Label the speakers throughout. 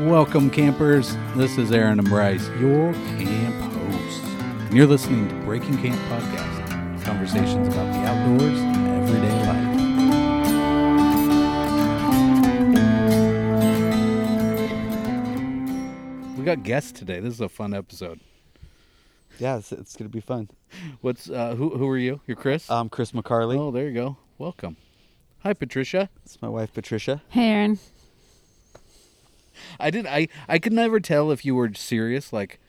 Speaker 1: Welcome, campers. This is Aaron and Bryce, your camp hosts. And you're listening to Breaking Camp Podcast conversations about the outdoors and everyday life. We got guests today. This is a fun episode.
Speaker 2: Yeah, it's, it's gonna be fun.
Speaker 1: What's uh, who? Who are you? You're Chris.
Speaker 2: Um, Chris McCarley.
Speaker 1: oh, there you go. Welcome. Hi, Patricia.
Speaker 2: It's my wife Patricia.
Speaker 3: Hey, Aaron.
Speaker 1: I did. I I could never tell if you were serious, like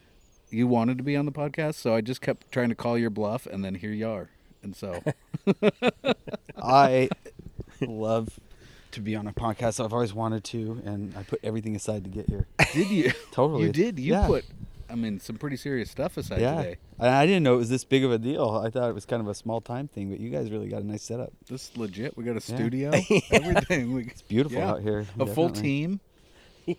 Speaker 1: you wanted to be on the podcast. So I just kept trying to call your bluff, and then here you are. And so
Speaker 2: I love to be on a podcast. I've always wanted to, and I put everything aside to get here.
Speaker 1: did you?
Speaker 2: Totally.
Speaker 1: You did. You
Speaker 2: Yeah.
Speaker 1: put. I mean, some pretty serious stuff aside
Speaker 2: yeah,
Speaker 1: today.
Speaker 2: and I didn't know it was this big of a deal. I thought it was kind of a small time thing, but you guys really got a nice setup.
Speaker 1: This is legit. We got a
Speaker 2: Yeah.
Speaker 1: studio. Everything. We, it's
Speaker 2: beautiful out here,
Speaker 1: A full
Speaker 2: definitely.
Speaker 1: team.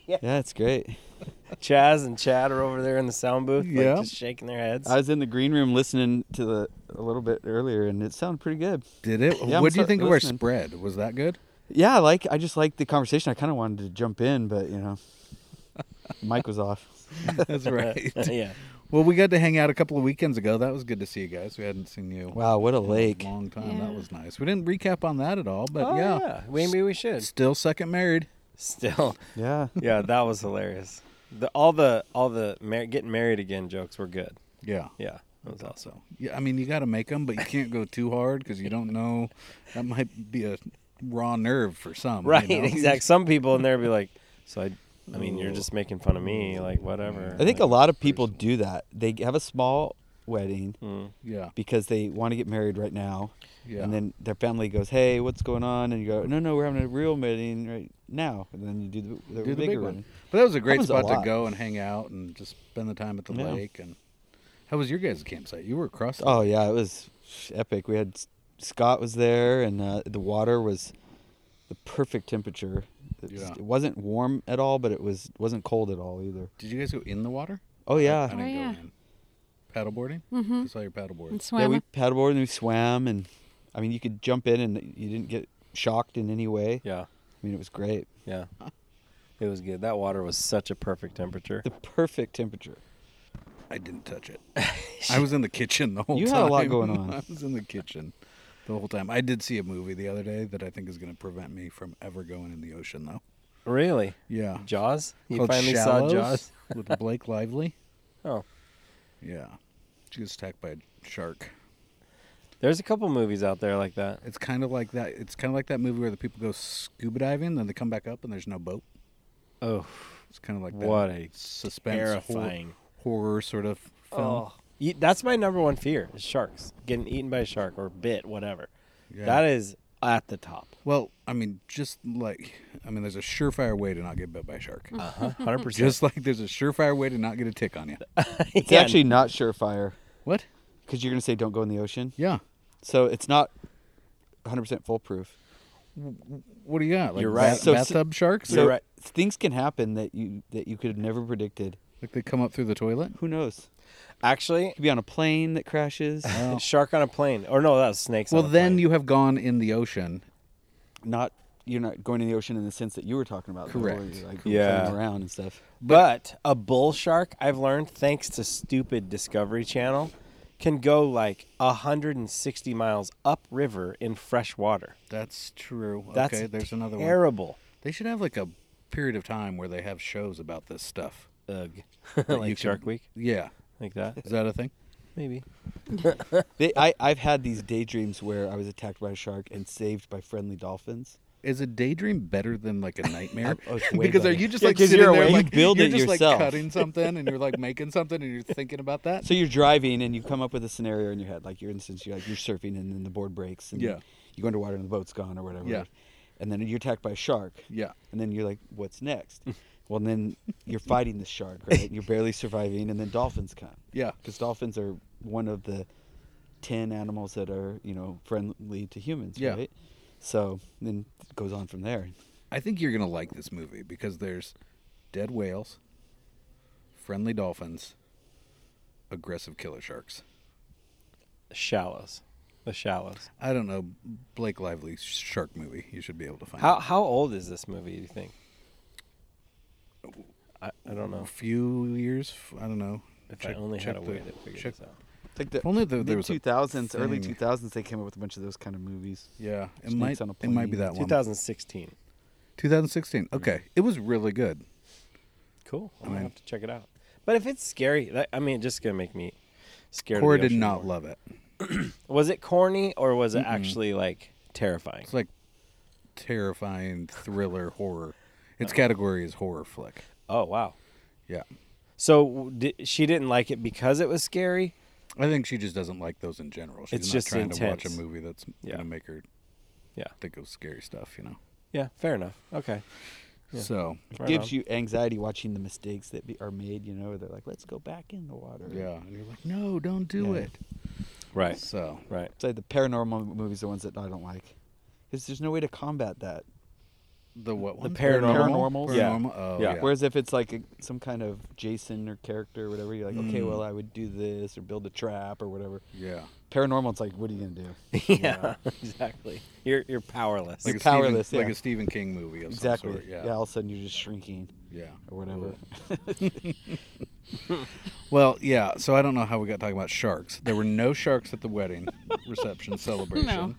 Speaker 2: Yeah, it's great.
Speaker 4: Chaz and Chad are over there in the sound booth, like,
Speaker 1: Yeah.
Speaker 4: just shaking their heads.
Speaker 2: I was in the green room listening to the a little bit earlier, and it sounded pretty good.
Speaker 1: Did it?
Speaker 2: Yeah, I'm
Speaker 1: what do you
Speaker 2: so-
Speaker 1: think of our
Speaker 2: listening.
Speaker 1: spread? Was that good?
Speaker 2: Yeah, like I just liked the conversation. I kind of wanted to jump in, but you know, mic was off.
Speaker 1: That's right.
Speaker 4: yeah,
Speaker 1: well, we got to hang out a couple of weekends ago. That was good to see you guys. We hadn't seen you.
Speaker 2: Wow, what a lake!
Speaker 1: in a long time. That
Speaker 3: Yeah.
Speaker 1: was nice. We didn't recap on that at all, but
Speaker 4: oh,
Speaker 1: yeah.
Speaker 4: yeah. Maybe we should.
Speaker 1: Still second married.
Speaker 4: Still,
Speaker 2: Yeah,
Speaker 4: yeah, that was hilarious. The all the all the mar- getting married again jokes were good.
Speaker 1: Yeah.
Speaker 4: Yeah, that was awesome.
Speaker 1: Yeah, I mean, you got to make them, but you can't go too hard because you don't know. That might be a raw nerve for some. you
Speaker 4: Right,
Speaker 1: know?
Speaker 4: exact. Some people in there be like, so I, I mean, you're just making fun of me, like whatever.
Speaker 2: I think a lot of people do that. They have a small wedding
Speaker 4: mm,
Speaker 1: Yeah.
Speaker 2: because they want to get married right now.
Speaker 1: Yeah.
Speaker 2: And then their family goes, "Hey, what's going on?" And you go, "No, no, we're having a real wedding right now." And then you do the, the,
Speaker 1: Do the
Speaker 2: bigger
Speaker 1: big
Speaker 2: one.
Speaker 1: one. But that was a great
Speaker 2: Happens a
Speaker 1: spot to
Speaker 2: lot.
Speaker 1: go and hang out and just spend the time at the
Speaker 2: Yeah.
Speaker 1: lake. And how was your guys' campsite? You were across. The
Speaker 2: Oh yeah, it was epic. We had Scott was there, and uh, the water was the perfect temperature. It, was-
Speaker 1: Yeah.
Speaker 2: it wasn't warm at all, but it was wasn't cold at all either.
Speaker 1: Did you guys go in the water?
Speaker 2: Oh
Speaker 1: I
Speaker 2: yeah,
Speaker 1: didn't
Speaker 3: yeah.
Speaker 1: go in. Paddleboarding.
Speaker 3: Mm-hmm.
Speaker 1: I saw your paddleboard.
Speaker 3: And
Speaker 2: yeah.
Speaker 3: swam.
Speaker 2: We paddleboarded and we swam, and I mean, you could jump in, and you didn't get shocked in any way.
Speaker 4: Yeah,
Speaker 2: I mean, it was great.
Speaker 4: yeah, it was good. That water was such a perfect temperature.
Speaker 2: the perfect temperature.
Speaker 1: I didn't touch it. I was in the kitchen the whole
Speaker 2: You
Speaker 1: time.
Speaker 2: had a lot going on.
Speaker 1: I was in the kitchen the whole time. I did see a movie the other day that I think is going to prevent me from ever going in the ocean, though.
Speaker 4: Really,
Speaker 1: Yeah.
Speaker 4: Jaws? You
Speaker 1: Called
Speaker 4: finally
Speaker 1: Shallows
Speaker 4: saw Jaws?
Speaker 1: with Blake Lively.
Speaker 4: Oh,
Speaker 1: Yeah, she gets attacked by a shark.
Speaker 4: there's a couple movies out there like that.
Speaker 1: It's kind of like that. It's kind of like that movie where the people go scuba diving, then they come back up and there's no boat.
Speaker 4: Oh,
Speaker 1: It's kind of like that
Speaker 4: what a
Speaker 1: suspense
Speaker 4: terrifying.
Speaker 1: horror, horror sort of film.
Speaker 4: Oh, Ye- that's my number one fear: is sharks getting eaten by a shark or bit, whatever.
Speaker 1: Yeah.
Speaker 4: That is at the top.
Speaker 1: Well, I mean, just like I mean, there's a surefire way to not get bit by a shark.
Speaker 4: Hundred percent.
Speaker 1: Uh-huh. Just like there's a surefire way to not get a tick on you.
Speaker 2: It's actually not surefire
Speaker 1: What?
Speaker 2: because you're going to say don't go in the ocean.
Speaker 1: Yeah.
Speaker 2: So it's not 100% foolproof.
Speaker 1: What do you got? Like
Speaker 4: You're right.
Speaker 1: bath-
Speaker 2: So-
Speaker 1: bathtub sharks?
Speaker 2: So
Speaker 4: You're right.
Speaker 2: things can happen that you that you could have never predicted.
Speaker 1: like they come up through the toilet?
Speaker 2: Who knows?
Speaker 4: actually
Speaker 2: You could be on a plane that crashes.
Speaker 4: shark on a plane, or no, that was snakes.
Speaker 1: Well,
Speaker 4: on a
Speaker 1: then
Speaker 4: plane.
Speaker 1: you have gone in the ocean
Speaker 2: not you're not going in the ocean in the sense that you were talking about. though, where
Speaker 1: Correct.
Speaker 2: you're, Like
Speaker 4: Yeah.
Speaker 2: yeah. around and stuff.
Speaker 4: But a bull shark, I've learned thanks to stupid Discovery Channel, can go like 160 miles upriver in fresh water.
Speaker 1: That's true.
Speaker 4: That's
Speaker 1: okay, there's another one.
Speaker 4: terrible.
Speaker 1: They should have like a period of time where they have shows about this stuff.
Speaker 4: Ugh.
Speaker 1: you
Speaker 4: like
Speaker 1: could-
Speaker 4: Shark Week,
Speaker 1: Yeah.
Speaker 4: like that,
Speaker 1: Is that a thing?
Speaker 4: maybe.
Speaker 2: They, I, I've had these daydreams where I was attacked by a shark and saved by friendly dolphins.
Speaker 1: Is a daydream better than like a nightmare?
Speaker 2: Oh, it's way
Speaker 1: because are
Speaker 2: better.
Speaker 1: you just
Speaker 2: Yeah,
Speaker 1: like
Speaker 2: 'cause
Speaker 1: sitting
Speaker 2: you're
Speaker 1: there
Speaker 2: awake.
Speaker 1: like
Speaker 2: You build
Speaker 1: you're
Speaker 2: it
Speaker 1: just like
Speaker 2: yourself.
Speaker 1: cutting something and you're like making something and you're thinking about that?
Speaker 2: So you're driving and you come up with a scenario in your head, like your instance, you're like you're surfing and then the board breaks and
Speaker 1: Yeah.
Speaker 2: you go underwater and the boat's gone or whatever.
Speaker 1: Yeah.
Speaker 2: And then you're attacked by a shark.
Speaker 1: Yeah.
Speaker 2: And then you're like, what's next? well, and then you're fighting the shark, right? And you're barely surviving, and then dolphins come.
Speaker 1: Yeah.
Speaker 2: Because dolphins are one of the ten animals that are you know friendly to humans,
Speaker 1: Yeah.
Speaker 2: right? So then it goes on from there.
Speaker 1: I think you're gonna like this movie because there's dead whales, friendly dolphins, aggressive killer sharks.
Speaker 4: Shallows, the shallows.
Speaker 1: I don't know Blake Lively shark movie. You should be able to find.
Speaker 4: How
Speaker 1: it.
Speaker 4: how old is this movie? Do you think? I don't know.
Speaker 1: few years. f- I don't know.
Speaker 4: If I
Speaker 1: Check-
Speaker 4: only
Speaker 1: check
Speaker 4: had a
Speaker 1: the-
Speaker 4: way to figure
Speaker 1: check-
Speaker 4: this out.
Speaker 2: Like the
Speaker 1: If only there, there
Speaker 2: mid
Speaker 1: was a
Speaker 2: two thousands, early
Speaker 1: thing.
Speaker 2: two thousands, they came up with a bunch of those kind of movies.
Speaker 1: Yeah, it
Speaker 2: Snakes
Speaker 1: might.
Speaker 2: on a
Speaker 1: It might be
Speaker 2: plane.
Speaker 1: that one.
Speaker 4: 2016.
Speaker 1: 2016.
Speaker 4: Mm-hmm.
Speaker 1: Okay, it was really good.
Speaker 4: Cool.
Speaker 1: I
Speaker 4: I'm gonna
Speaker 1: mean-
Speaker 4: have to check it out. But if it's scary, that, I mean, it's just gonna make me scared. of the
Speaker 1: Cora did
Speaker 4: ocean
Speaker 1: not
Speaker 4: more.
Speaker 1: love it.
Speaker 4: Was it corny or was it actually like terrifying?
Speaker 1: It's like terrifying thriller horror. Its category is horror flick.
Speaker 4: oh wow.
Speaker 1: Yeah,
Speaker 4: So di she didn't like it because it was scary.
Speaker 1: I think she just doesn't like those in general. She's
Speaker 4: It's
Speaker 1: not
Speaker 4: just
Speaker 1: trying to watch
Speaker 4: intense.
Speaker 1: a movie that's
Speaker 4: Yeah.
Speaker 1: gonna make her
Speaker 4: Yeah.
Speaker 1: think of scary stuff. You know.
Speaker 4: Yeah. Fair enough. Okay. Yeah.
Speaker 1: So
Speaker 2: It
Speaker 4: Right
Speaker 2: gives
Speaker 4: on.
Speaker 2: you anxiety watching the mistakes that be, are made. You know, they're like, let's go back in the water.
Speaker 1: yeah, and you're like, no, don't do
Speaker 2: Yeah.
Speaker 1: it.
Speaker 4: Right.
Speaker 1: So
Speaker 4: Right.
Speaker 2: It's like the paranormal movies, the ones that I don't like, because there's no way to combat that.
Speaker 1: the what one?
Speaker 2: paranormal. Paranormals?
Speaker 4: Yeah.
Speaker 1: Paranormal? Oh,
Speaker 4: Yeah.
Speaker 1: yeah.
Speaker 2: Whereas if it's like a, some kind of Jason or character or whatever, you're like,
Speaker 1: Mm.
Speaker 2: okay, well, I would do this or build a trap or whatever.
Speaker 1: yeah.
Speaker 2: Paranormal, it's like, what are you gonna do?
Speaker 4: Yeah. exactly. You're you're powerless.
Speaker 1: Like
Speaker 2: You're
Speaker 1: a Stephen-
Speaker 2: powerless,
Speaker 1: Like
Speaker 2: yeah.
Speaker 1: a Stephen King movie. Of
Speaker 2: exactly.
Speaker 1: Some sort.
Speaker 2: yeah. All of a sudden, you're just shrinking
Speaker 1: Yeah.
Speaker 2: or whatever.
Speaker 1: Well, yeah. So I don't know how we got talking about sharks. There were no sharks at the wedding reception celebration.
Speaker 3: No.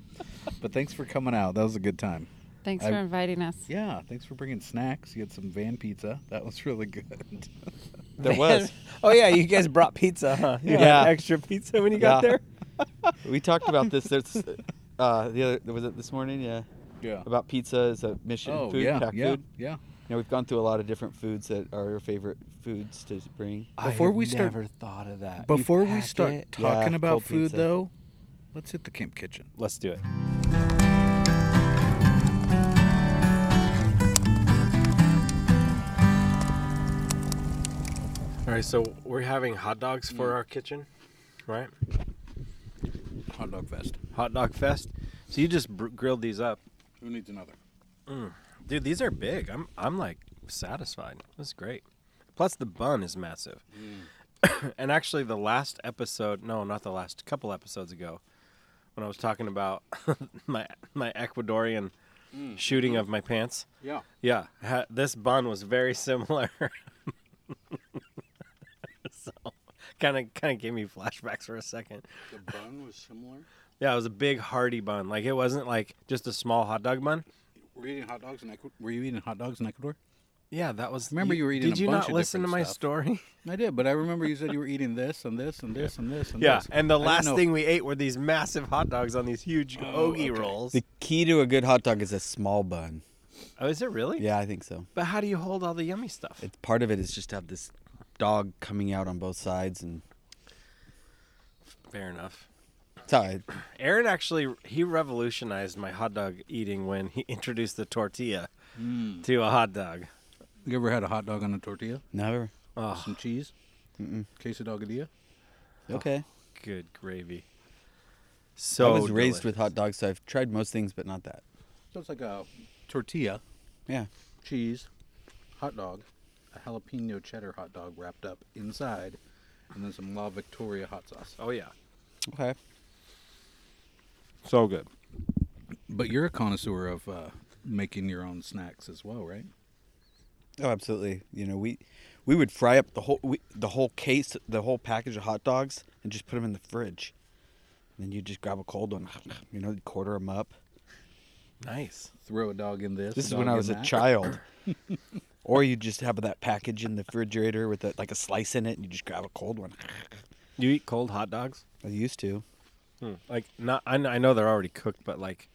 Speaker 1: But thanks for coming out. That was a good time.
Speaker 3: Thanks
Speaker 1: I-
Speaker 3: for inviting us.
Speaker 1: Yeah. Thanks for bringing snacks. You had some van pizza. That was really good.
Speaker 2: there was.
Speaker 4: oh yeah, you guys brought pizza, huh? You
Speaker 2: Yeah.
Speaker 4: had extra pizza when you got
Speaker 2: Yeah.
Speaker 4: there.
Speaker 2: we talked about this. There's uh, the other was it this morning? Yeah,
Speaker 1: yeah.
Speaker 2: about pizza as a mission
Speaker 1: oh
Speaker 2: food,
Speaker 1: yeah.
Speaker 2: pack
Speaker 1: yeah.
Speaker 2: food.
Speaker 1: Yeah.
Speaker 2: You know, we've gone through a lot of different foods that are your favorite foods to bring.
Speaker 1: Before we start-
Speaker 4: never thought of that. You
Speaker 1: Before we
Speaker 4: pack
Speaker 1: start
Speaker 4: it.
Speaker 2: Yeah,
Speaker 1: talking about
Speaker 2: cold
Speaker 1: food,
Speaker 2: pizza.
Speaker 1: though, let's hit the camp kitchen.
Speaker 4: let's do it. All right, so we're having hot dogs for our kitchen, right?
Speaker 1: Hot dog fest.
Speaker 4: Hot dog fest. So you just br- grilled these up,
Speaker 1: Who needs another?
Speaker 4: dude. These are big. I'm I'm like satisfied. This is great. Plus the bun is massive. and actually, the last episode, no, not the last, a couple episodes ago, when I was talking about my my Ecuadorian shooting of my pants.
Speaker 1: Yeah.
Speaker 4: Yeah, ha- this bun was very similar. so, kind of kind of gave me flashbacks for a second.
Speaker 1: The bun was similar.
Speaker 4: Yeah, it was a big hearty bun. Like it wasn't like just a small hot dog bun.
Speaker 1: Were you eating hot dogs in Ecuador? Were you eating hot dogs in Ecuador?
Speaker 4: Yeah, that was.
Speaker 1: Remember you were eating
Speaker 4: Did
Speaker 1: a
Speaker 4: you
Speaker 1: bunch
Speaker 4: not
Speaker 1: of
Speaker 4: listen to
Speaker 1: different
Speaker 4: my
Speaker 1: stuff.
Speaker 4: story?
Speaker 1: I did, but I remember you said you were eating this and this and this and this and
Speaker 4: Yeah,
Speaker 1: this.
Speaker 4: and the
Speaker 1: I didn't
Speaker 4: last
Speaker 1: know-
Speaker 4: thing we ate were these massive hot dogs on these huge
Speaker 1: okay.
Speaker 4: ogie rolls.
Speaker 2: The key to a good hot dog is a small bun.
Speaker 4: Oh, is it really?
Speaker 2: Yeah, I think so.
Speaker 4: But how do you hold all the yummy stuff?
Speaker 2: It's part of it is just to have this dog coming out on both sides, and
Speaker 4: Fair enough.
Speaker 2: that's how I-
Speaker 4: Aaron actually he revolutionized my hot dog eating when he introduced the tortilla
Speaker 1: Hmm.
Speaker 4: to a hot dog.
Speaker 1: You ever had a hot dog on a tortilla?
Speaker 2: never.
Speaker 4: Oh,
Speaker 1: Some cheese? Mm-mm. Quesadilla?
Speaker 2: Okay.
Speaker 4: good gravy. So
Speaker 2: I was raised with hot
Speaker 4: delicious.
Speaker 2: dogs, so I've tried most things, but not that.
Speaker 1: So it's like a tortilla,
Speaker 2: Yeah.
Speaker 1: cheese, hot dog, a jalapeno cheddar hot dog wrapped up inside, and then some La Victoria hot sauce.
Speaker 4: Oh yeah,
Speaker 2: Okay.
Speaker 4: so good.
Speaker 1: But you're a connoisseur of uh, making your own snacks as well, right?
Speaker 2: Oh, absolutely. You know, we we would fry up the whole we, the whole case, the whole package of hot dogs, and just put them in the fridge. And then you just grab a cold one, you know, you'd quarter them up.
Speaker 4: Nice.
Speaker 1: Throw a dog in this.
Speaker 2: This is
Speaker 1: dog
Speaker 2: when I
Speaker 1: in
Speaker 2: was a
Speaker 1: that.
Speaker 2: child. or you just have that package in the refrigerator with a, like a slice in it, and you just grab a cold one.
Speaker 4: You eat cold hot dogs?
Speaker 2: I used to.
Speaker 4: Like not? I, kn- I know they're already cooked, but like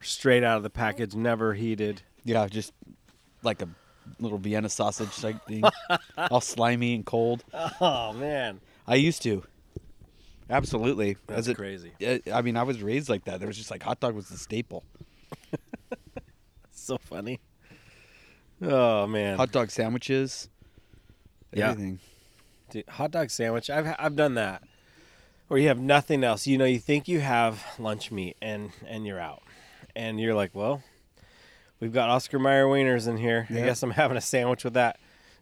Speaker 4: straight out of the package, never heated.
Speaker 2: Yeah, just like a little Vienna sausage type thing, all slimy and cold.
Speaker 4: Oh man.
Speaker 2: I used to. Absolutely.
Speaker 4: That's
Speaker 2: As a-
Speaker 4: crazy.
Speaker 2: uh, I mean, I was raised like that. There was just like hot dog was the staple.
Speaker 4: So funny. Oh man.
Speaker 2: Hot dog sandwiches.
Speaker 4: Yeah.
Speaker 2: Everything.
Speaker 4: Dude, hot dog sandwich. I've I've done that, where you have nothing else. You know, you think you have lunch meat, and and you're out, and you're like, well, we've got Oscar Mayer wieners in here. I
Speaker 2: Yeah.
Speaker 4: guess I'm having a sandwich with that.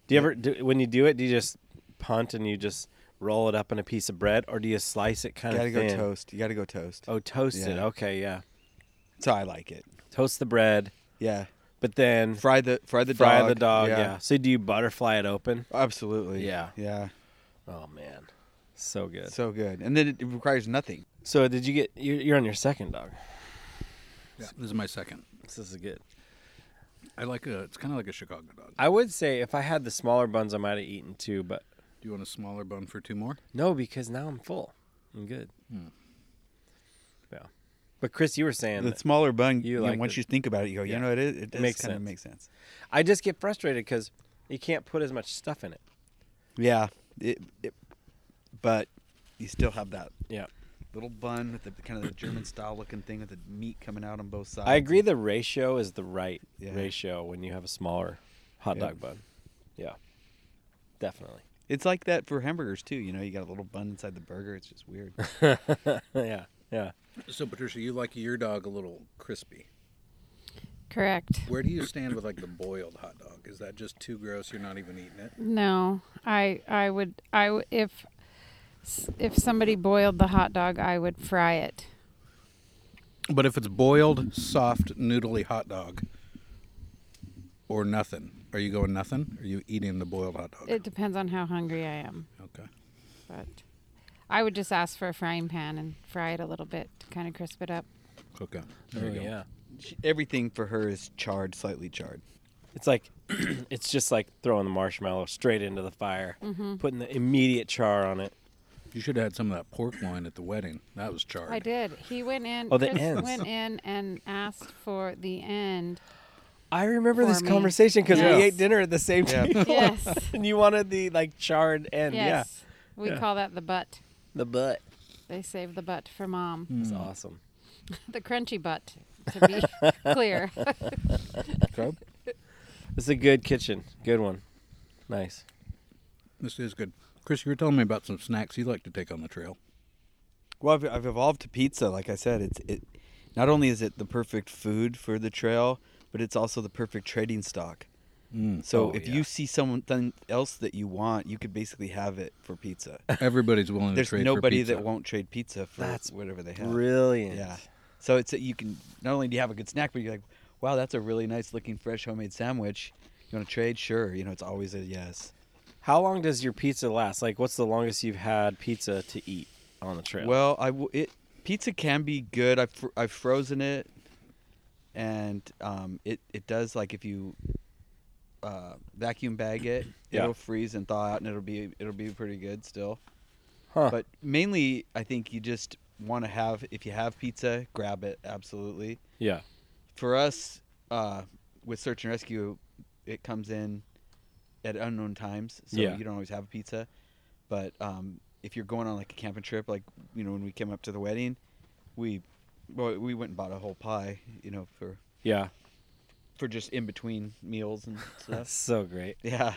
Speaker 4: Do you ever do, when you do it? Do you just punt and you just roll it up in a piece of bread, or do you slice it kind
Speaker 2: gotta
Speaker 4: of
Speaker 2: go
Speaker 4: thin?
Speaker 2: toast. You gotta go toast.
Speaker 4: Oh, toasted.
Speaker 2: Yeah.
Speaker 4: Okay, yeah.
Speaker 2: That's how I like it.
Speaker 4: Toast the bread.
Speaker 2: Yeah.
Speaker 4: But then
Speaker 2: Fry
Speaker 4: fry,
Speaker 2: the fry the dog.
Speaker 4: the dog. Yeah. So do you butterfly it open?
Speaker 2: Absolutely.
Speaker 4: Yeah.
Speaker 2: Yeah.
Speaker 4: Oh man, so good. So,
Speaker 2: So good. And then it requires nothing.
Speaker 4: did you get? You're, you're on your second dog.
Speaker 1: This is my second.
Speaker 4: This is good.
Speaker 1: I like a. It's kind of like a Chicago dog.
Speaker 4: I would say if I had the smaller buns, I might have eaten two, but
Speaker 1: Do you want a smaller bun for two more?
Speaker 4: no, because now I'm full. I'm good.
Speaker 2: Hmm.
Speaker 4: Yeah. But Chris, you were saying
Speaker 2: The
Speaker 4: that
Speaker 2: smaller bun.
Speaker 4: You
Speaker 2: You know,
Speaker 4: like
Speaker 2: once
Speaker 4: the-
Speaker 2: you think about it, you go,
Speaker 4: Yeah.
Speaker 2: you know, it is, it does
Speaker 4: makes
Speaker 2: kind of
Speaker 4: sense.
Speaker 2: make sense.
Speaker 4: I just get frustrated because you can't put as much stuff in it.
Speaker 2: Yeah. It, it, but you still have that
Speaker 4: Yeah.
Speaker 2: little bun with the kind of the German style looking thing with the meat coming out on both sides.
Speaker 4: I agree the ratio is the right
Speaker 2: Yeah.
Speaker 4: ratio when you have a smaller hot
Speaker 2: Yeah.
Speaker 4: dog bun. Yeah. Definitely.
Speaker 2: It's like that for hamburgers too. You know, you got a little bun inside the burger. It's just weird.
Speaker 4: yeah. Yeah.
Speaker 1: So Patricia, you like your dog a little crispy.
Speaker 3: Correct.
Speaker 1: Where do you stand with like the boiled hot dog? Is that just too gross? You're not even eating it.
Speaker 3: No, I I would I w- if s- if somebody boiled the hot dog, I would fry it.
Speaker 1: But if it's boiled, soft, noodly hot dog, or nothing, are you going nothing? Are you eating the boiled hot dog?
Speaker 3: It depends on how hungry I am,
Speaker 1: okay.
Speaker 3: but I would just ask for a frying pan and fry it a little bit to kind of crisp it up.
Speaker 1: Okay.
Speaker 4: Oh, yeah.
Speaker 2: She- Everything for her is charred, slightly charred.
Speaker 4: It's like it's just like throwing the marshmallow straight into the fire,
Speaker 3: Mm-hmm.
Speaker 4: putting the immediate char on it.
Speaker 1: You should have had some of that pork loin at the wedding. That was charred.
Speaker 3: I did. He went in.
Speaker 4: Oh, the
Speaker 3: Chris
Speaker 4: ends.
Speaker 3: went in and asked for the end.
Speaker 4: I remember
Speaker 3: For
Speaker 4: this
Speaker 3: me.
Speaker 4: conversation because
Speaker 3: Yes.
Speaker 4: we ate dinner at the same
Speaker 2: Yeah.
Speaker 4: table.
Speaker 3: Yes.
Speaker 4: and you wanted the like charred end.
Speaker 3: Yes.
Speaker 4: Oh, Yeah.
Speaker 3: We
Speaker 4: Yeah.
Speaker 3: call that the butt.
Speaker 4: The butt.
Speaker 3: They save the butt for mom.
Speaker 4: It's
Speaker 2: Mm.
Speaker 4: awesome.
Speaker 3: The crunchy butt, to be clear.
Speaker 1: Okay.
Speaker 4: This is a good kitchen. Good one. Nice.
Speaker 1: This is good. Chris, you were telling me about some snacks you like to take on the trail.
Speaker 2: Well, I've, I've evolved to pizza. Like I said, it's it. Not only is it the perfect food for the trail, but it's also the perfect trading stock. So
Speaker 4: Oh,
Speaker 2: if
Speaker 4: yeah.
Speaker 2: you see someone else that you want, you could basically have it for pizza.
Speaker 1: Everybody's willing
Speaker 2: There's
Speaker 1: to trade
Speaker 2: nobody
Speaker 1: for pizza.
Speaker 2: that won't trade pizza for
Speaker 4: That's
Speaker 2: whatever they have.
Speaker 4: Brilliant.
Speaker 2: Yeah. So it's you can not only do you have a good snack, but you're like, wow, that's a really nice looking fresh homemade sandwich. You want to trade? Sure. You know, it's always a yes.
Speaker 4: How long does your pizza last? Like, what's the longest you've had pizza to eat on the trail?
Speaker 2: Well, I w- it pizza can be good. I've fr- I've frozen it, and um, it it does like if you uh, vacuum bag it,
Speaker 4: Yeah.
Speaker 2: it'll freeze and thaw out, and it'll be it'll be pretty good still.
Speaker 4: Huh.
Speaker 2: But mainly, I think you just want to have if you have pizza, grab it absolutely.
Speaker 4: yeah,
Speaker 2: for us uh, with search and rescue it comes in at unknown times so
Speaker 4: Yeah.
Speaker 2: you don't always have a pizza but um, if you're going on like a camping trip like you know when we came up to the wedding we well, we went and bought a whole pie you know for
Speaker 4: yeah,
Speaker 2: for just in between meals and stuff
Speaker 4: that's so great.
Speaker 2: yeah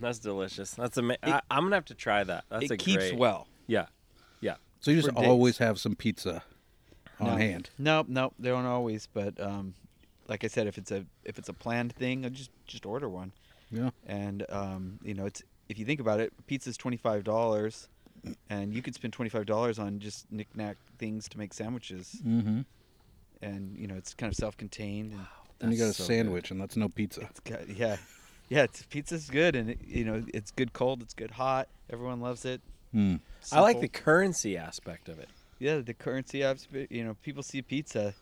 Speaker 4: That's delicious. That's amazing. I'm gonna have to try that. That's
Speaker 2: it
Speaker 4: a
Speaker 2: keeps
Speaker 4: great-
Speaker 2: well
Speaker 4: Yeah, yeah.
Speaker 1: so you just
Speaker 2: for days.
Speaker 1: always have some pizza on
Speaker 2: no.
Speaker 1: hand.
Speaker 2: nope nope they don't always but um, like i said if it's a if it's a planned thing I'll just just order one
Speaker 1: Yeah.
Speaker 2: and um, you know it's if you think about it, pizza's twenty five dollars, and you could spend twenty five dollars on just knickknack things to make sandwiches,
Speaker 1: Mm-hmm.
Speaker 2: and you know it's kind of self contained. and
Speaker 1: And you got a
Speaker 4: That's so good.
Speaker 1: sandwich, and that's no pizza.
Speaker 2: It's got, yeah, yeah, it's, pizza's good, and it, you know it's good cold, it's good hot. Everyone loves it.
Speaker 1: Mm.
Speaker 4: Hmm. I like the
Speaker 2: Simple.
Speaker 4: currency aspect of it.
Speaker 2: yeah the currency. abs- You know, people see pizza,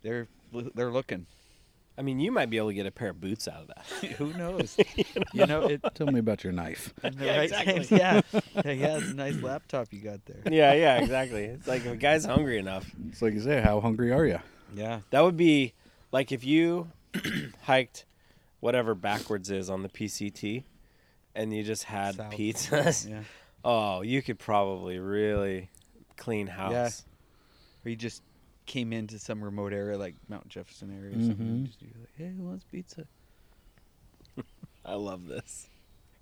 Speaker 2: they're they're looking.
Speaker 4: I mean, you might be able to get a pair of boots out of that.
Speaker 2: Who knows? you know it.
Speaker 1: Tell me about your knife.
Speaker 2: In the
Speaker 4: Yeah,
Speaker 2: right
Speaker 4: exactly.
Speaker 2: times, yeah, yeah, yeah. It's a nice laptop you got there.
Speaker 4: yeah, yeah, exactly. It's like if a guy's hungry enough,
Speaker 1: It's like you say, how hungry are you?
Speaker 2: Yeah,
Speaker 4: That would be like if you hiked whatever backwards is on the PCT and you just had
Speaker 2: South.
Speaker 4: pizzas.
Speaker 2: yeah.
Speaker 4: Oh, you could probably really clean house.
Speaker 2: or you just came into some remote area like Mount Jefferson area or something.
Speaker 1: Mm-hmm.
Speaker 2: and Just, you're like, hey, who wants pizza?
Speaker 4: I love this.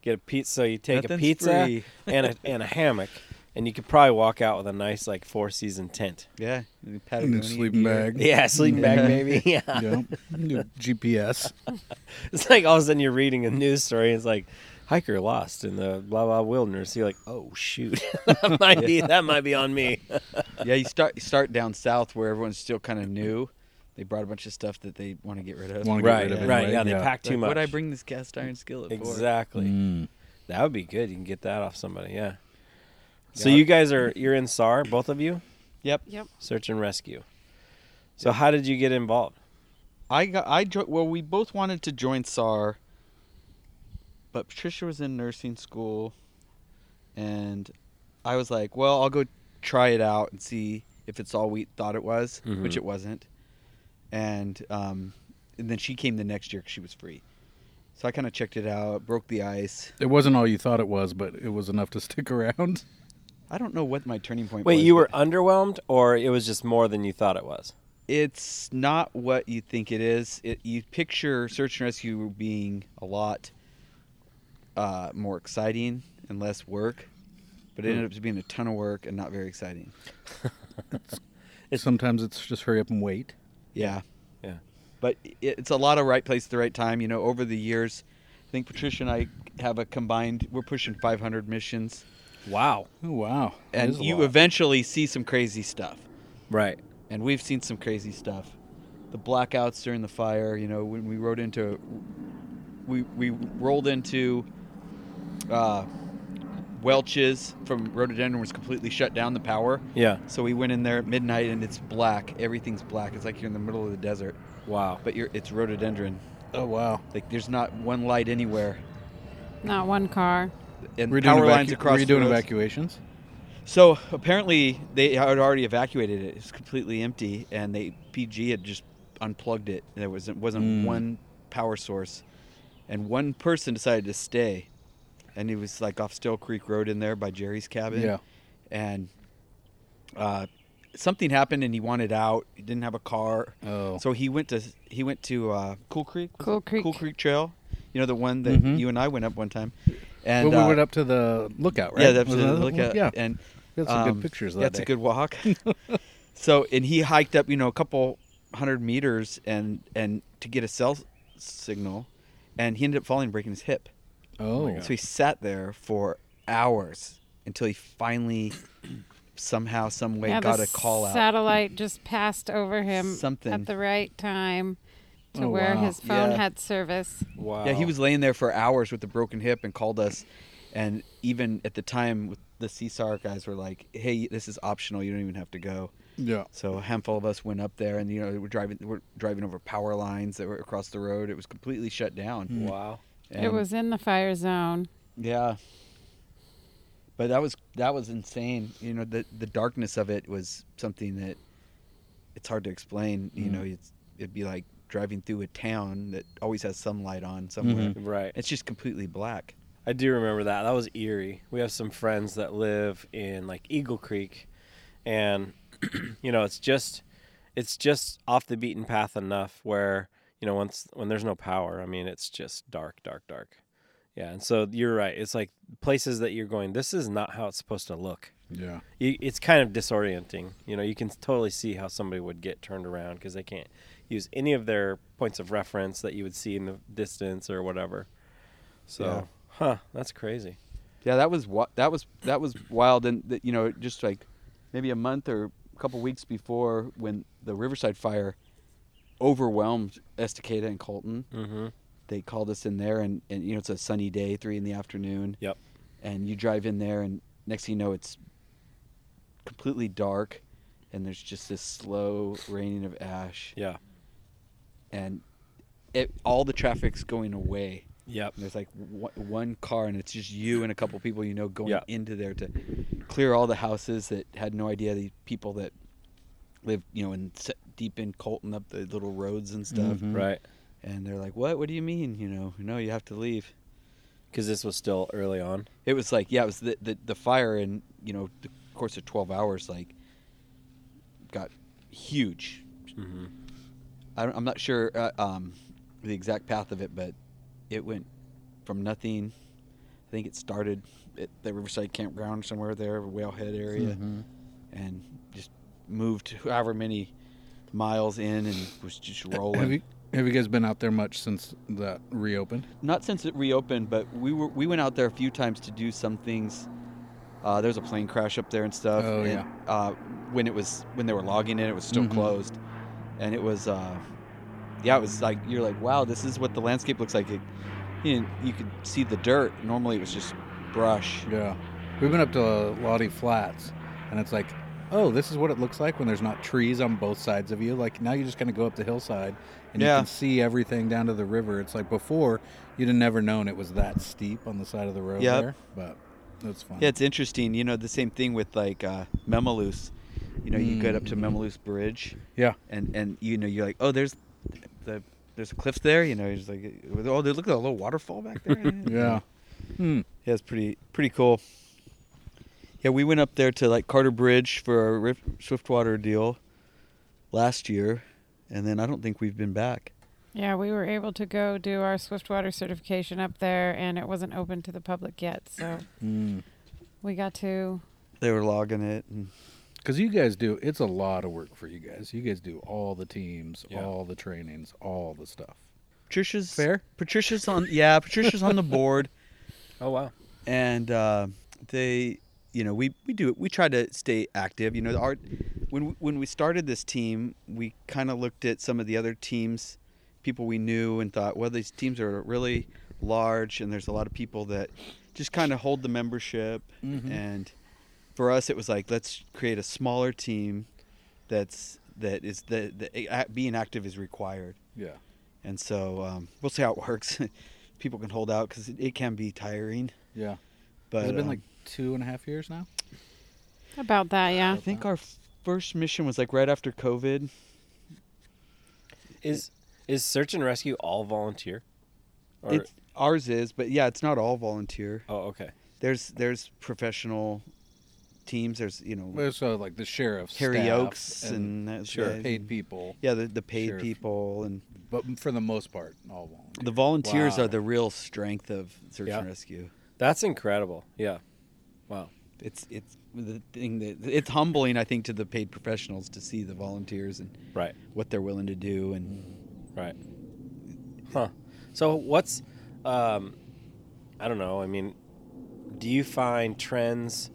Speaker 4: Get a pizza. So you take
Speaker 2: Nothing's
Speaker 4: a pizza
Speaker 2: free.
Speaker 4: and a and a hammock, and you could probably walk out with a nice like four season tent.
Speaker 2: Yeah, and the Patagonia
Speaker 1: And sleeping
Speaker 2: gear.
Speaker 1: bag.
Speaker 4: Yeah, sleeping bag
Speaker 2: Yeah.
Speaker 4: maybe. Yeah,
Speaker 1: Yeah. Your GPS.
Speaker 4: it's like all of a sudden you're reading a news story. and It's like hiker lost in the blah blah wilderness. You're like, oh shoot, that might be that might be on me.
Speaker 2: Yeah, you start you start down south where everyone's still kind of new. They brought a bunch of stuff that they want to get rid of.
Speaker 1: Wanna get
Speaker 4: Right,
Speaker 1: rid of it,
Speaker 4: right. Yeah, they
Speaker 1: Yeah.
Speaker 4: pack too
Speaker 2: Like,
Speaker 4: much.
Speaker 2: What'd I bring this cast iron skillet for?
Speaker 4: Exactly.
Speaker 1: Mm.
Speaker 4: That would be good. You can get that off somebody. Yeah. So
Speaker 2: Yeah.
Speaker 4: you guys are you're in SAR, both of you,
Speaker 2: Yep.
Speaker 3: Yep.
Speaker 4: search and rescue. So how did you get involved?
Speaker 2: I got I jo- well we both wanted to join SAR, but Patricia was in nursing school, and I was like, well, I'll go try it out and see if it's all we thought it was, which
Speaker 4: Mhm.
Speaker 2: it wasn't, and um, and then she came the next year 'cause she was free, so I kind of checked it out, broke the ice.
Speaker 1: It wasn't all you thought it was, but it was enough to stick around.
Speaker 2: I don't know what my turning point.
Speaker 4: Wait,
Speaker 2: was,
Speaker 4: you were
Speaker 2: but
Speaker 4: underwhelmed, or it was just more than you thought it was?
Speaker 2: It's not what you think it is. It, you picture search and rescue being a lot uh, more exciting and less work, but it
Speaker 1: Hmm.
Speaker 2: ended up being a ton of work and not very exciting.
Speaker 1: Sometimes it's just hurry up and wait.
Speaker 2: Yeah,
Speaker 4: Yeah.
Speaker 2: but i- it's a lot of right place at the right time. You know, over the years, I think Patricia and I have a combined. We're pushing 500 missions,
Speaker 4: Wow.
Speaker 1: Oh wow! That
Speaker 2: and
Speaker 1: is a
Speaker 2: you
Speaker 1: lot.
Speaker 2: eventually see some crazy stuff.
Speaker 4: Right.
Speaker 2: and we've seen some crazy stuff. The blackouts during the fire, you know, when we rode into, we we rolled into, uh, Welch's from rhododendron was completely shut down the power.
Speaker 4: Yeah.
Speaker 2: So we went in there at midnight and it's black. Everything's black. It's like you're in the middle of the desert,
Speaker 4: Wow.
Speaker 2: but you're it's rhododendron.
Speaker 1: oh wow!
Speaker 2: Like there's not one light anywhere.
Speaker 3: Not one car.
Speaker 2: And
Speaker 1: Were you doing
Speaker 2: power
Speaker 1: evacu-
Speaker 2: lines
Speaker 1: were
Speaker 2: across.
Speaker 1: you
Speaker 2: the
Speaker 1: doing
Speaker 2: roads.
Speaker 1: evacuations?
Speaker 2: So apparently they had already evacuated it. It's completely empty, and they PG had just unplugged it. There wasn't wasn't
Speaker 1: Mm.
Speaker 2: one power source, and one person decided to stay, and he was like off Still Creek Road in there by Jerry's cabin.
Speaker 1: Yeah.
Speaker 2: and uh, something happened, and he wanted out. He didn't have a car,
Speaker 1: Oh,
Speaker 2: so he went to he went to uh, Cool Creek. was it?
Speaker 3: Cool Creek.
Speaker 2: Cool Creek Trail. You know the one that
Speaker 1: Mhm.
Speaker 2: you and I went up one time, and
Speaker 1: well, we
Speaker 2: uh,
Speaker 1: went up to the lookout, right?
Speaker 2: yeah, that's
Speaker 1: Wasn't
Speaker 2: a
Speaker 1: that
Speaker 2: look
Speaker 1: the-
Speaker 2: at
Speaker 1: Yeah,
Speaker 2: and
Speaker 1: we had some
Speaker 2: um,
Speaker 1: good pictures. That
Speaker 2: That's
Speaker 1: day.
Speaker 2: a good walk. so, and he hiked up, you know, a couple hundred meters and and to get a cell s- signal, and he ended up falling, and breaking his hip.
Speaker 1: Oh,
Speaker 2: So he sat there for hours until he finally, somehow, some way,
Speaker 3: yeah,
Speaker 2: got
Speaker 3: the
Speaker 2: a call out.
Speaker 3: Satellite just passed over him
Speaker 2: Something.
Speaker 3: at the right time to
Speaker 1: Oh,
Speaker 3: where
Speaker 1: wow.
Speaker 3: his phone
Speaker 2: Yeah.
Speaker 3: had service.
Speaker 4: Wow.
Speaker 2: Yeah, he was laying there for hours with a broken hip and called us, and even at the time, with the CSAR guys were like, "Hey, this is optional. You don't even have to go."
Speaker 1: yeah.
Speaker 2: So a handful of us went up there, and you know we're driving we're driving over power lines that were across the road. It was completely shut down.
Speaker 4: Wow.
Speaker 2: And,
Speaker 3: Hmm. it was in the fire zone.
Speaker 2: yeah. But that was that was insane. You know the the darkness of it was something that it's hard to explain.
Speaker 3: Hmm.
Speaker 2: You know it's it'd be like driving through a town that always has some light on
Speaker 3: Mm-hmm.
Speaker 2: somewhere.
Speaker 4: Right.
Speaker 2: It's just completely black.
Speaker 4: I do remember that. That was eerie. We have some friends that live in like Eagle Creek and you know, it's just it's just off the beaten path enough where, you know, once when there's no power, I mean, it's just dark, dark, dark. Yeah, and so you're right. It's like places that you're going, this is not how it's supposed to look.
Speaker 1: Yeah.
Speaker 4: You, it's kind of disorienting. You know, you can totally see how somebody would get turned around because they can't use any of their points of reference that you would see in the distance or whatever. So,
Speaker 2: Yeah.
Speaker 4: huh, that's crazy.
Speaker 2: Yeah, that was what that was that was wild, and that, you know, just like maybe a month or a couple weeks before when the Riverside fire overwhelmed Estacada and Colton,
Speaker 4: Mm-hmm.
Speaker 2: they called us in there, and and you know it's a sunny day, three in the afternoon,
Speaker 4: Yep.
Speaker 2: and you drive in there, and next thing you know, it's completely dark, and there's just this slow raining of ash,
Speaker 4: Yeah.
Speaker 2: and it, all the traffic's going away.
Speaker 4: Yep.
Speaker 2: And there's like one- one car, and it's just you and a couple people you know going
Speaker 4: Yeah.
Speaker 2: into there to clear all the houses that had no idea the people that lived, you know, in se- deep in Colton up the little roads and stuff.
Speaker 1: Mhm.
Speaker 4: Right.
Speaker 2: And they're like, "What? What do you mean? You know, no, you have to leave."
Speaker 4: Because this was still early on.
Speaker 2: It was like, yeah, it was the the, the fire, and you know, the course of twelve hours, like, got huge.
Speaker 4: Mm-hmm.
Speaker 2: I don't, I'm not sure uh, um, the exact path of it, but it went from nothing. I think it started at the Riverside Campground somewhere there, Whalehead area,
Speaker 1: Mhm.
Speaker 2: and just moved however many miles in and was just
Speaker 1: Have
Speaker 2: rolling.
Speaker 1: you Have you guys been out there much since that reopened?
Speaker 2: not since it reopened, but we were we went out there a few times to do some things. Uh, there was a plane crash up there and stuff.
Speaker 1: Oh,
Speaker 2: and,
Speaker 1: yeah.
Speaker 2: Uh, when it was when they were logging in, it was still
Speaker 1: Mhm.
Speaker 2: closed, and it was, uh, yeah, it was like you're like, wow, this is what the landscape looks like. It, you, you could see the dirt. Normally, it was just brush.
Speaker 1: Yeah. We've been up to Lottie Flats, and it's like, oh, this is what it looks like when there's not trees on both sides of you. Like, now you just kind of go up the hillside, and you
Speaker 2: Yeah.
Speaker 1: can see everything down to the river. It's like before, you'd have never known it was that steep on the side of the road
Speaker 2: Yep.
Speaker 1: there. But that's fun.
Speaker 2: Yeah, it's interesting. You know, the same thing with like uh, Memalus. You know, you get up to
Speaker 1: Mm-hmm.
Speaker 2: Memalus Bridge,
Speaker 1: yeah.
Speaker 2: and and you know, you're like, oh, there's the there's cliffs there. You know, you're just like, oh, look at that little waterfall back there.
Speaker 1: Yeah. Hmm.
Speaker 2: Yeah, it's pretty pretty cool. Yeah, we went up there to like Carter Bridge for our Rif- Swiftwater deal last year, and then I don't think we've been back.
Speaker 3: Yeah, we were able to go do our Swiftwater certification up there, and it wasn't open to the public yet. So
Speaker 2: Hmm.
Speaker 1: Mm.
Speaker 3: we got to.
Speaker 2: They were logging it. And
Speaker 1: Because you guys do, it's a lot of work for you guys. You guys do all the teams,
Speaker 4: Yeah.
Speaker 1: all the trainings, all the stuff.
Speaker 2: Patricia's
Speaker 1: Fair?
Speaker 2: Patricia's on. Yeah, Patricia's on the board,
Speaker 4: Oh wow.
Speaker 2: and uh, they, you know, we we do we try to stay active. You know, our when when we started this team, we kind of looked at some of the other teams, people we knew, and thought, well, these teams are really large, and there's a lot of people that just kind of hold the membership.
Speaker 1: Mm-hmm.
Speaker 2: And for us, it was like let's create a smaller team that's that is the, the a- being active is required
Speaker 1: Yeah.
Speaker 2: and so um, we'll see how it works. People can hold out because it, it can be tiring.
Speaker 1: Yeah.
Speaker 2: But
Speaker 1: Has it been
Speaker 2: um,
Speaker 1: like two and a half years now?
Speaker 3: About that, yeah.
Speaker 2: I think our first mission was like right after COVID.
Speaker 5: Is is search and rescue all volunteer? Or,
Speaker 2: It's, ours is, but yeah, it's not all volunteer.
Speaker 5: oh, okay.
Speaker 2: There's there's professional teams. There's you know
Speaker 1: Well, so like the sheriff's
Speaker 2: Harry
Speaker 1: staff
Speaker 2: Oaks and, those
Speaker 1: sure,
Speaker 2: guys.
Speaker 1: paid people,
Speaker 2: Yeah, the, the paid
Speaker 1: Sheriff.
Speaker 2: people and
Speaker 1: but for the most part, all volunteer.
Speaker 2: the volunteers
Speaker 5: Wow.
Speaker 2: are the real strength of search
Speaker 5: Yeah.
Speaker 2: and rescue.
Speaker 5: That's incredible. Yeah. Wow.
Speaker 2: It's it's the thing that it's humbling, I think, to the paid professionals to see the volunteers and
Speaker 5: Right.
Speaker 2: what they're willing to do and.
Speaker 5: Right. Huh. So what's um I don't know, I mean do you find trends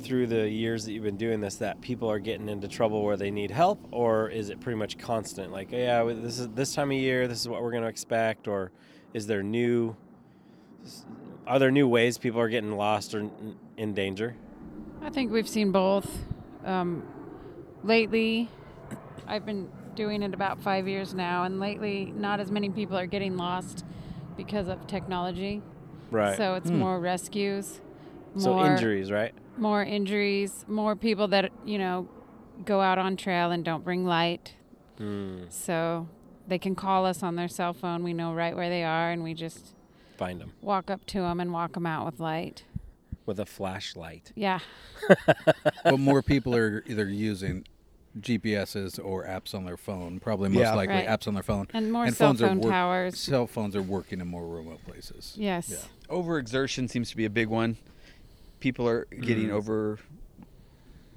Speaker 5: through the years that you've been doing this that people are getting into trouble where they need help or is it pretty much constant like yeah we- this is this time of year this is what we're going to expect or is there new are there new ways people are getting lost or n- in danger
Speaker 3: I think we've seen both. Um, lately, I've been doing it about five years now, and lately, not as many people are getting lost because of technology.
Speaker 5: right so,
Speaker 3: So it's more rescues, more
Speaker 5: injuries right
Speaker 3: more injuries, more people that you know go out on trail and don't bring light. So they can call us on their cell phone. We know right where they are, and we just
Speaker 5: find them
Speaker 3: walk up to them and walk them out with light.
Speaker 5: with a flashlight
Speaker 3: Yeah,
Speaker 1: but more people are either using GPSs or apps on their phone. Probably most
Speaker 2: Yeah.
Speaker 1: likely
Speaker 3: Right.
Speaker 1: apps on their phone
Speaker 3: And more cell
Speaker 1: phones are
Speaker 3: phone towers.
Speaker 1: Cell phones are working in more remote places.
Speaker 3: yes.
Speaker 1: Yeah.
Speaker 2: overexertion seems to be a big one. People are getting
Speaker 1: Mm-hmm.
Speaker 2: over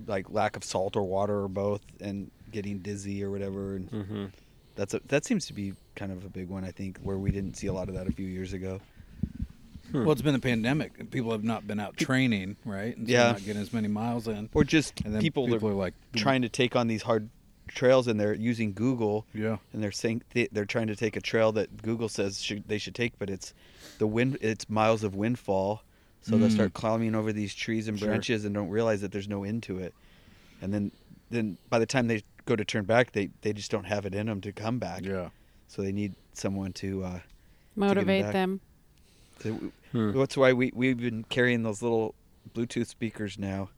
Speaker 2: like lack of salt or water or both and getting dizzy or whatever and
Speaker 1: Mm-hmm.
Speaker 2: that's a, that seems to be kind of a big one I think where we didn't see a lot of that a few years ago. Hmm.
Speaker 1: Well, it's been the pandemic. and People have not been out training, right? And so
Speaker 2: Yeah.
Speaker 1: not getting as many miles in.
Speaker 2: Or just
Speaker 1: And then
Speaker 2: people,
Speaker 1: people
Speaker 2: are,
Speaker 1: are like,
Speaker 2: trying to take on these hard trails and they're using Google
Speaker 1: Yeah.
Speaker 2: and they're saying th- they're trying to take a trail that Google says should, they should take but it's the wind it's miles of windfall so they'll start climbing over these trees and
Speaker 1: Mm. Sure.
Speaker 2: branches and don't realize that there's no end to it and then then by the time they go to turn back they they just don't have it in them to come back
Speaker 1: Yeah.
Speaker 2: so they need someone to uh
Speaker 3: Motivate
Speaker 2: back.
Speaker 3: them.
Speaker 2: to,
Speaker 1: Hmm.
Speaker 2: that's why we we've been carrying those little bluetooth speakers now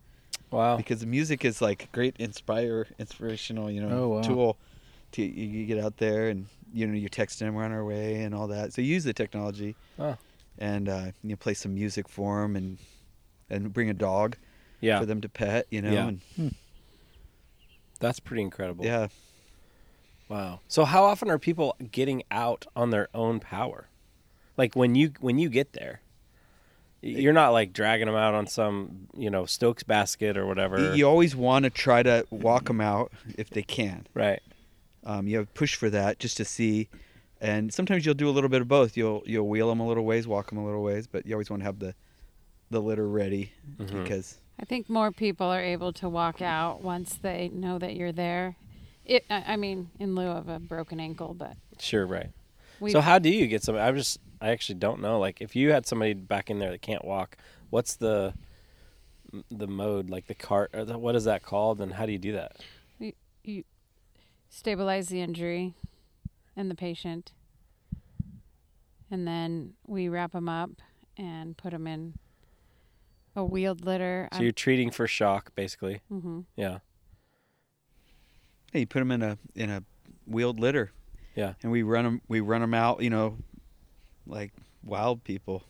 Speaker 4: Oh.
Speaker 5: wow
Speaker 2: because the music is like a great inspire inspirational you know
Speaker 1: Oh, wow.
Speaker 2: tool to you, you get out there and you know you're texting them we're on our way and all that so you use the technology
Speaker 5: Oh.
Speaker 2: and uh, you play some music for them and and bring a dog
Speaker 5: yeah
Speaker 2: for them to pet you know
Speaker 5: Yeah.
Speaker 2: and
Speaker 5: that's pretty incredible
Speaker 2: yeah
Speaker 5: Wow. So how often are people getting out on their own power? Like when you when you get there, y- you're not like dragging them out on some you know Stokes basket or whatever.
Speaker 2: you always want to try to walk them out if they can
Speaker 5: Right.
Speaker 2: um, you have to push for that just to see and sometimes you'll do a little bit of both you'll you'll wheel them a little ways walk them a little ways but you always want to have the the litter ready because
Speaker 3: I think more people are able to walk out once they know that you're there It, I I mean, in lieu of a broken ankle, but
Speaker 4: Sure, right.
Speaker 3: we.
Speaker 4: so how do you get somebody? I just I actually don't know. Like if you had somebody back in there that can't walk, what's the the mode like the cart or the, what is that called and how do you do that?
Speaker 3: you, you stabilize the injury and the patient and then we wrap them up and put them in a wheeled litter
Speaker 4: So
Speaker 3: I'm-
Speaker 4: you're treating for shock basically.
Speaker 3: Mhm.
Speaker 4: Yeah.
Speaker 2: Yeah, you put them in a in a wheeled litter,
Speaker 4: Yeah.
Speaker 2: and we run them we run 'em out. You know, like wild people.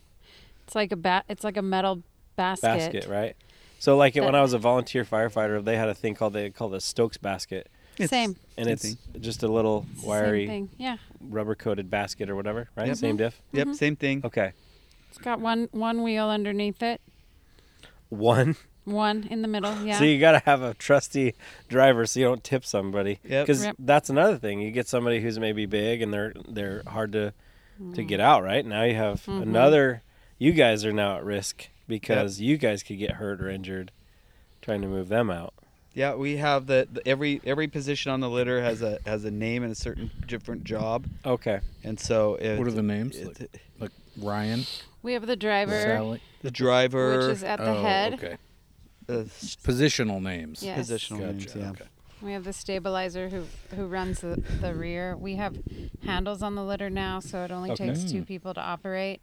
Speaker 3: it's like a bat it's like a metal basket,
Speaker 4: basket, right? So like when
Speaker 3: That-
Speaker 4: I was a volunteer firefighter, they had a thing called they called the Stokes basket,
Speaker 2: It's-
Speaker 3: same
Speaker 4: and
Speaker 2: Same
Speaker 4: it's
Speaker 2: thing.
Speaker 4: just a little
Speaker 3: same
Speaker 4: wiry
Speaker 3: thing yeah
Speaker 4: rubber coated basket or whatever, right?
Speaker 2: Yep. Mm-hmm.
Speaker 4: Same diff.
Speaker 2: Yep,
Speaker 3: Mm-hmm.
Speaker 2: same thing.
Speaker 4: Okay,
Speaker 3: it's got one one wheel underneath it
Speaker 4: one.
Speaker 3: one in the middle yeah
Speaker 4: So you got to have a trusty driver so you don't tip somebody.
Speaker 2: Yep.
Speaker 4: Because
Speaker 3: Yep.
Speaker 4: that's another thing. You get somebody who's maybe big and they're they're hard to
Speaker 3: Mm.
Speaker 4: to get out. Right now you have
Speaker 3: Mm-hmm.
Speaker 4: another. You guys are now at risk because you guys could get hurt or injured trying to move them out.
Speaker 2: Yeah, we have the, the every every position on the litter has a has a name and a certain different job,
Speaker 4: Okay.
Speaker 2: and so it,
Speaker 1: What are the names?
Speaker 2: it-
Speaker 1: Like, like Ryan,
Speaker 3: we have the driver
Speaker 1: Sally,
Speaker 2: the driver,
Speaker 3: which is at the
Speaker 1: Oh,
Speaker 3: head
Speaker 1: Okay.
Speaker 2: uh,
Speaker 1: Positional names.
Speaker 3: Yes.
Speaker 2: positional names. Yeah.
Speaker 1: okay.
Speaker 3: We have the stabilizer who who runs the, the rear. We have handles on the litter now, so it only
Speaker 4: Okay.
Speaker 3: takes two people to operate.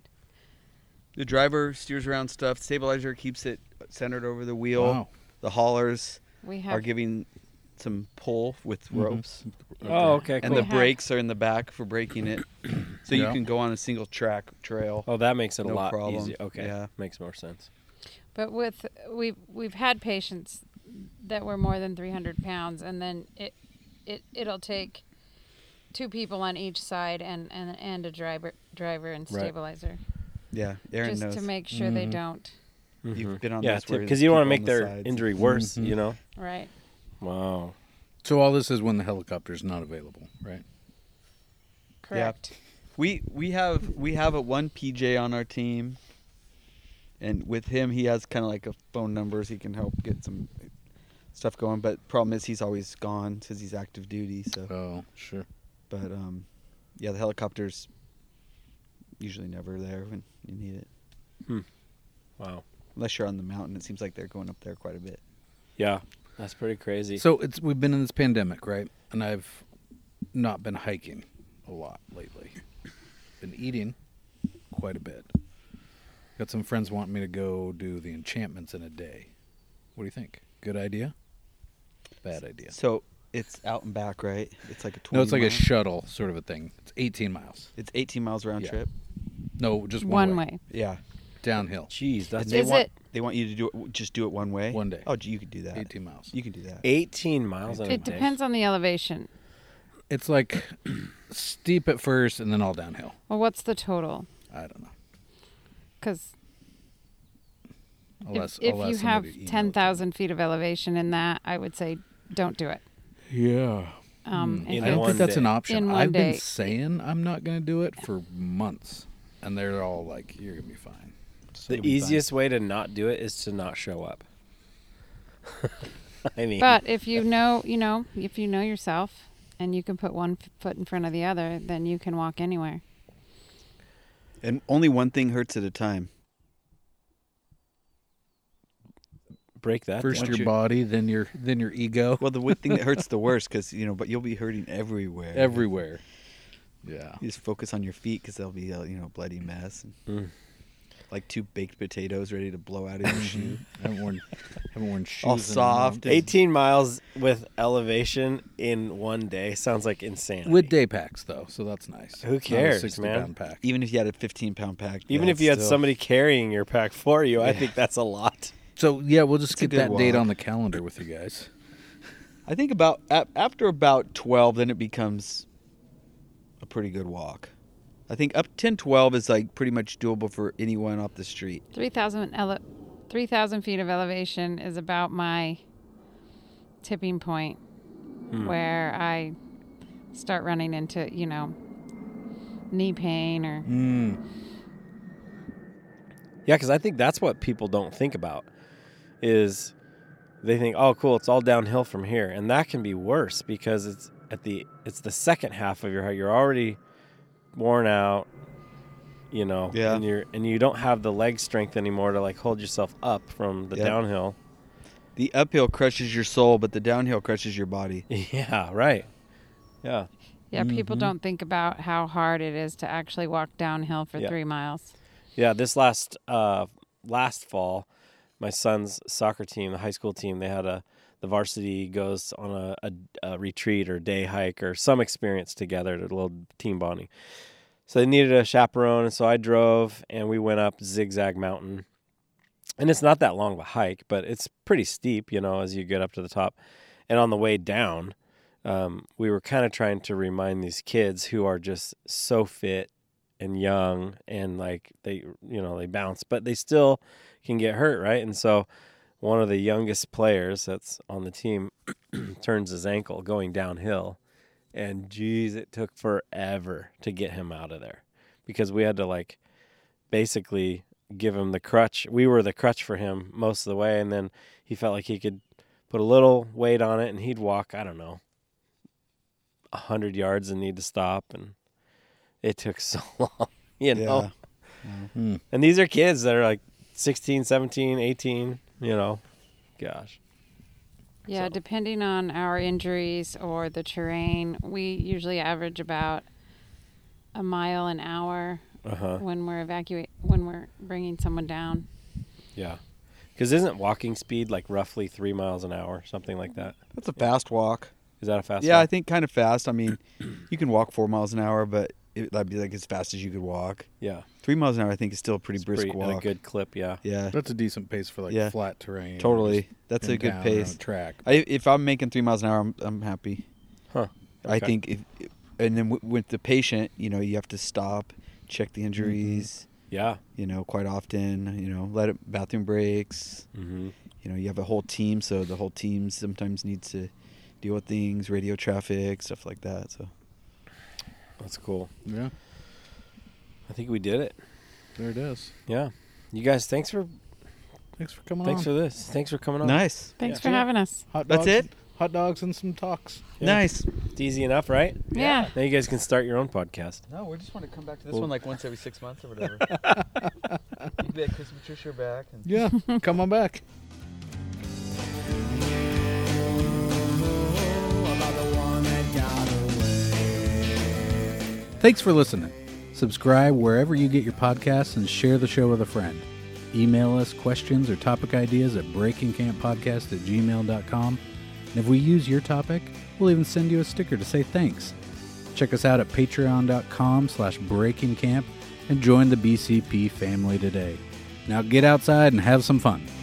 Speaker 2: The driver steers around stuff. Stabilizer keeps it centered over the wheel.
Speaker 1: Wow.
Speaker 2: The haulers
Speaker 3: We
Speaker 2: are
Speaker 3: have
Speaker 2: giving some pull with
Speaker 1: Mm-hmm.
Speaker 2: ropes,
Speaker 4: Oh, okay. Cool.
Speaker 2: and the
Speaker 3: We have-
Speaker 2: brakes are in the back for breaking it, so you
Speaker 1: Yeah.
Speaker 2: can go on a single track trail.
Speaker 4: Oh, that makes it a
Speaker 2: No
Speaker 4: lot
Speaker 2: problem.
Speaker 4: easier. Okay,
Speaker 2: Yeah.
Speaker 4: makes more sense.
Speaker 3: but with we've we've had patients that were more than 300 pounds, and then it it it'll take two people on each side and and, and a driver driver and
Speaker 4: Right.
Speaker 3: stabilizer
Speaker 2: Yeah, Aaron
Speaker 3: just
Speaker 2: knows.
Speaker 3: to make sure
Speaker 1: Mm-hmm.
Speaker 3: they don't
Speaker 2: You've been on
Speaker 4: Mm-hmm. yeah,
Speaker 2: those where
Speaker 4: because you don't want to
Speaker 2: people on
Speaker 4: make
Speaker 2: the
Speaker 4: their
Speaker 2: sides.
Speaker 4: injury worse.
Speaker 1: Mm-hmm.
Speaker 4: You know.
Speaker 3: right.
Speaker 4: Wow.
Speaker 1: So all this is when the helicopter's not available, right?
Speaker 3: Correct.
Speaker 2: We we have we have a one PJ on our team, and with him he has kind of like a phone numbers. He can help get some stuff going. But problem is he's always gone since he's active duty. So,
Speaker 1: Oh, sure.
Speaker 2: but um, yeah, the helicopter's usually never there when you need it,
Speaker 4: Wow.
Speaker 2: unless you're on the mountain. It seems like they're going up there quite a bit.
Speaker 4: Yeah, that's pretty crazy.
Speaker 1: So it's we've been in this pandemic, right? And I've not been hiking a lot lately. Been eating quite a bit. Got some friends wanting me to go do the enchantments in a day. What do you think? Good idea? Bad idea.
Speaker 2: So it's out and back, right? It's like a twenty.
Speaker 1: No, it's like a
Speaker 2: mile-
Speaker 1: shuttle sort of a thing. It's 18 miles.
Speaker 2: it's 18 miles round
Speaker 1: Yeah.
Speaker 2: trip.
Speaker 1: No, just one,
Speaker 3: One
Speaker 1: way.
Speaker 3: way.
Speaker 2: Yeah.
Speaker 1: Downhill.
Speaker 4: Jeez, that's
Speaker 2: they
Speaker 3: Is
Speaker 2: want
Speaker 3: it-
Speaker 2: they want you to do it just do it one way.
Speaker 1: One day.
Speaker 2: Oh, gee, you could do that.
Speaker 1: 18 miles.
Speaker 2: You can do that.
Speaker 4: 18 miles on a
Speaker 3: It
Speaker 4: day.
Speaker 3: depends on the elevation.
Speaker 1: It's like steep at first and then all downhill.
Speaker 3: Well, what's the total?
Speaker 1: I don't know.
Speaker 3: Because
Speaker 1: Unless,
Speaker 3: if, if
Speaker 1: unless
Speaker 3: you have
Speaker 1: somebody emailed it to me.
Speaker 3: 10,000 feet of elevation in that, I would say don't do it.
Speaker 1: Yeah.
Speaker 3: Um,
Speaker 4: In
Speaker 3: if
Speaker 1: Mm. I don't
Speaker 4: a
Speaker 3: it's-
Speaker 4: one
Speaker 1: think that's an
Speaker 4: day.
Speaker 1: option.
Speaker 3: In one
Speaker 1: I've been
Speaker 3: day.
Speaker 1: saying I'm not going to do it for months, and they're all like, "You're going to be fine." So
Speaker 4: The easiest way to not do it is to not show up. I mean,
Speaker 3: but if you know, you know, if you know yourself and you can put one f- foot in front of the other, then you can walk anywhere.
Speaker 2: And only one thing hurts at a time.
Speaker 4: break that.
Speaker 1: first
Speaker 4: down.
Speaker 1: your body, then your then your ego,
Speaker 2: Well, the one thing that hurts the worst, because you know, but you'll be hurting everywhere.
Speaker 1: everywhere. Yeah.
Speaker 2: You just focus on your feet, because they'll be a you know a bloody mess, and
Speaker 4: Mm.
Speaker 2: like two baked potatoes ready to blow out of your shoe.
Speaker 1: I haven't worn haven't worn shoes.
Speaker 2: All
Speaker 1: in a
Speaker 2: soft.
Speaker 1: month.
Speaker 4: 18 miles with elevation in one day sounds like insane.
Speaker 1: with day packs though, so that's nice.
Speaker 4: Who
Speaker 1: Not a
Speaker 4: cares,
Speaker 1: 60
Speaker 4: man?
Speaker 1: pound pack.
Speaker 2: Even if you had a 15 pound pack.
Speaker 4: Even
Speaker 2: yeah,
Speaker 4: if you had
Speaker 2: still-
Speaker 4: somebody carrying your pack for you, I think that's a lot.
Speaker 1: So yeah, we'll just
Speaker 2: a
Speaker 1: get
Speaker 2: good
Speaker 1: that date
Speaker 2: walk.
Speaker 1: on the calendar with you guys.
Speaker 2: I think about ap- after about 12, then it becomes a pretty good walk. I think up 10, 12 is like pretty much doable for anyone off the street.
Speaker 3: 3,000 ele- 3,000 feet of elevation is about my tipping point where I start running into, you know, knee pain or
Speaker 4: Yeah, because I think that's what people don't think about is they think, oh, cool, it's all downhill from here, and that can be worse because it's at the it's the second half of your hike. You're already worn out, you know,
Speaker 2: Yeah.
Speaker 4: and you're and you don't have the leg strength anymore to like hold yourself up from the
Speaker 2: Yeah.
Speaker 4: downhill.
Speaker 2: The uphill crushes your soul, but the downhill crushes your body.
Speaker 4: Yeah, right. Yeah,
Speaker 3: Yeah, people don't think about how hard it is to actually walk downhill for
Speaker 4: Yeah.
Speaker 3: three miles.
Speaker 4: yeah. This last uh last fall, my son's soccer team, the high school team, they had a the varsity goes on a, a, a retreat or day hike or some experience together, a little team bonding. So they needed a chaperone, and so I drove and we went up Zigzag Mountain. And it's not that long of a hike, but it's pretty steep, you know, as you get up to the top. And on the way down, um, we were kind of trying to remind these kids who are just so fit and young and like they, you know, they bounce, but they still can get hurt, right? And so one of the youngest players that's on the team turns his ankle going downhill. And geez, it took forever to get him out of there because we had to like basically give him the crutch. We were the crutch for him most of the way. And then he felt like he could put a little weight on it and he'd walk, I don't know, 100 yards and need to stop. And it took so long, you know?
Speaker 2: Yeah.
Speaker 4: And these are kids that are like 16, 17, 18, you know. Gosh.
Speaker 3: Yeah, depending on our injuries or the terrain, we usually average about a mile an hour
Speaker 4: Uh-huh.
Speaker 3: when we're evacuate when we're bringing someone down.
Speaker 4: Yeah. Cuz isn't walking speed like roughly 3 miles an hour, something like that?
Speaker 2: That's a fast walk.
Speaker 4: Is that a fast
Speaker 2: yeah,
Speaker 4: one?
Speaker 2: I think kind of fast. I mean, you can walk four miles an hour, but it, that'd be like as fast as you could walk.
Speaker 4: yeah.
Speaker 2: Three miles an hour, I think, is still a pretty brisk
Speaker 4: Pretty,
Speaker 2: walk.
Speaker 4: at a good clip, yeah.
Speaker 2: yeah,
Speaker 1: That's a decent pace for like
Speaker 2: Yeah.
Speaker 1: flat terrain. or
Speaker 2: totally.
Speaker 1: just
Speaker 2: That's
Speaker 1: in
Speaker 2: a good
Speaker 1: town or on
Speaker 2: pace.
Speaker 1: a track.
Speaker 2: I, if I'm making three miles an hour, I'm, I'm happy.
Speaker 4: Huh.
Speaker 2: I
Speaker 4: Okay.
Speaker 2: think if, and then w- with the patient, you know, you have to stop, check the injuries,
Speaker 4: Yeah.
Speaker 2: you know, quite often, you know, let it, bathroom breaks.
Speaker 4: Mhm.
Speaker 2: You know, you have a whole team, so the whole team sometimes needs to deal with things, radio traffic, stuff like that. So
Speaker 4: That's cool.
Speaker 1: Yeah,
Speaker 4: I think we did it.
Speaker 1: there it is.
Speaker 4: Yeah. You guys, thanks for
Speaker 1: Thanks for coming
Speaker 4: thanks
Speaker 1: on.
Speaker 4: for this. Thanks for coming on.
Speaker 2: nice,
Speaker 3: Thanks
Speaker 4: Yeah.
Speaker 3: for having us.
Speaker 1: Hot
Speaker 2: That's
Speaker 1: dogs,
Speaker 2: it?
Speaker 1: Hot dogs and some talks.
Speaker 4: Yeah.
Speaker 2: nice.
Speaker 4: It's easy enough, right?
Speaker 3: Yeah.
Speaker 4: Now you guys can start your own podcast.
Speaker 2: No, we just want to come back to this
Speaker 4: Well-
Speaker 2: one like once every six months or whatever. you get Chris and Patricia back. And-
Speaker 1: Yeah, come on back. Thanks for listening. Subscribe wherever you get your podcasts and share the show with a friend. Email us questions or topic ideas at breakingcamppodcast at gmail.com. And if we use your topic, we'll even send you a sticker to say thanks. Check us out at patreon.com slash breakingcamp and join the BCP family today. Now get outside and have some fun.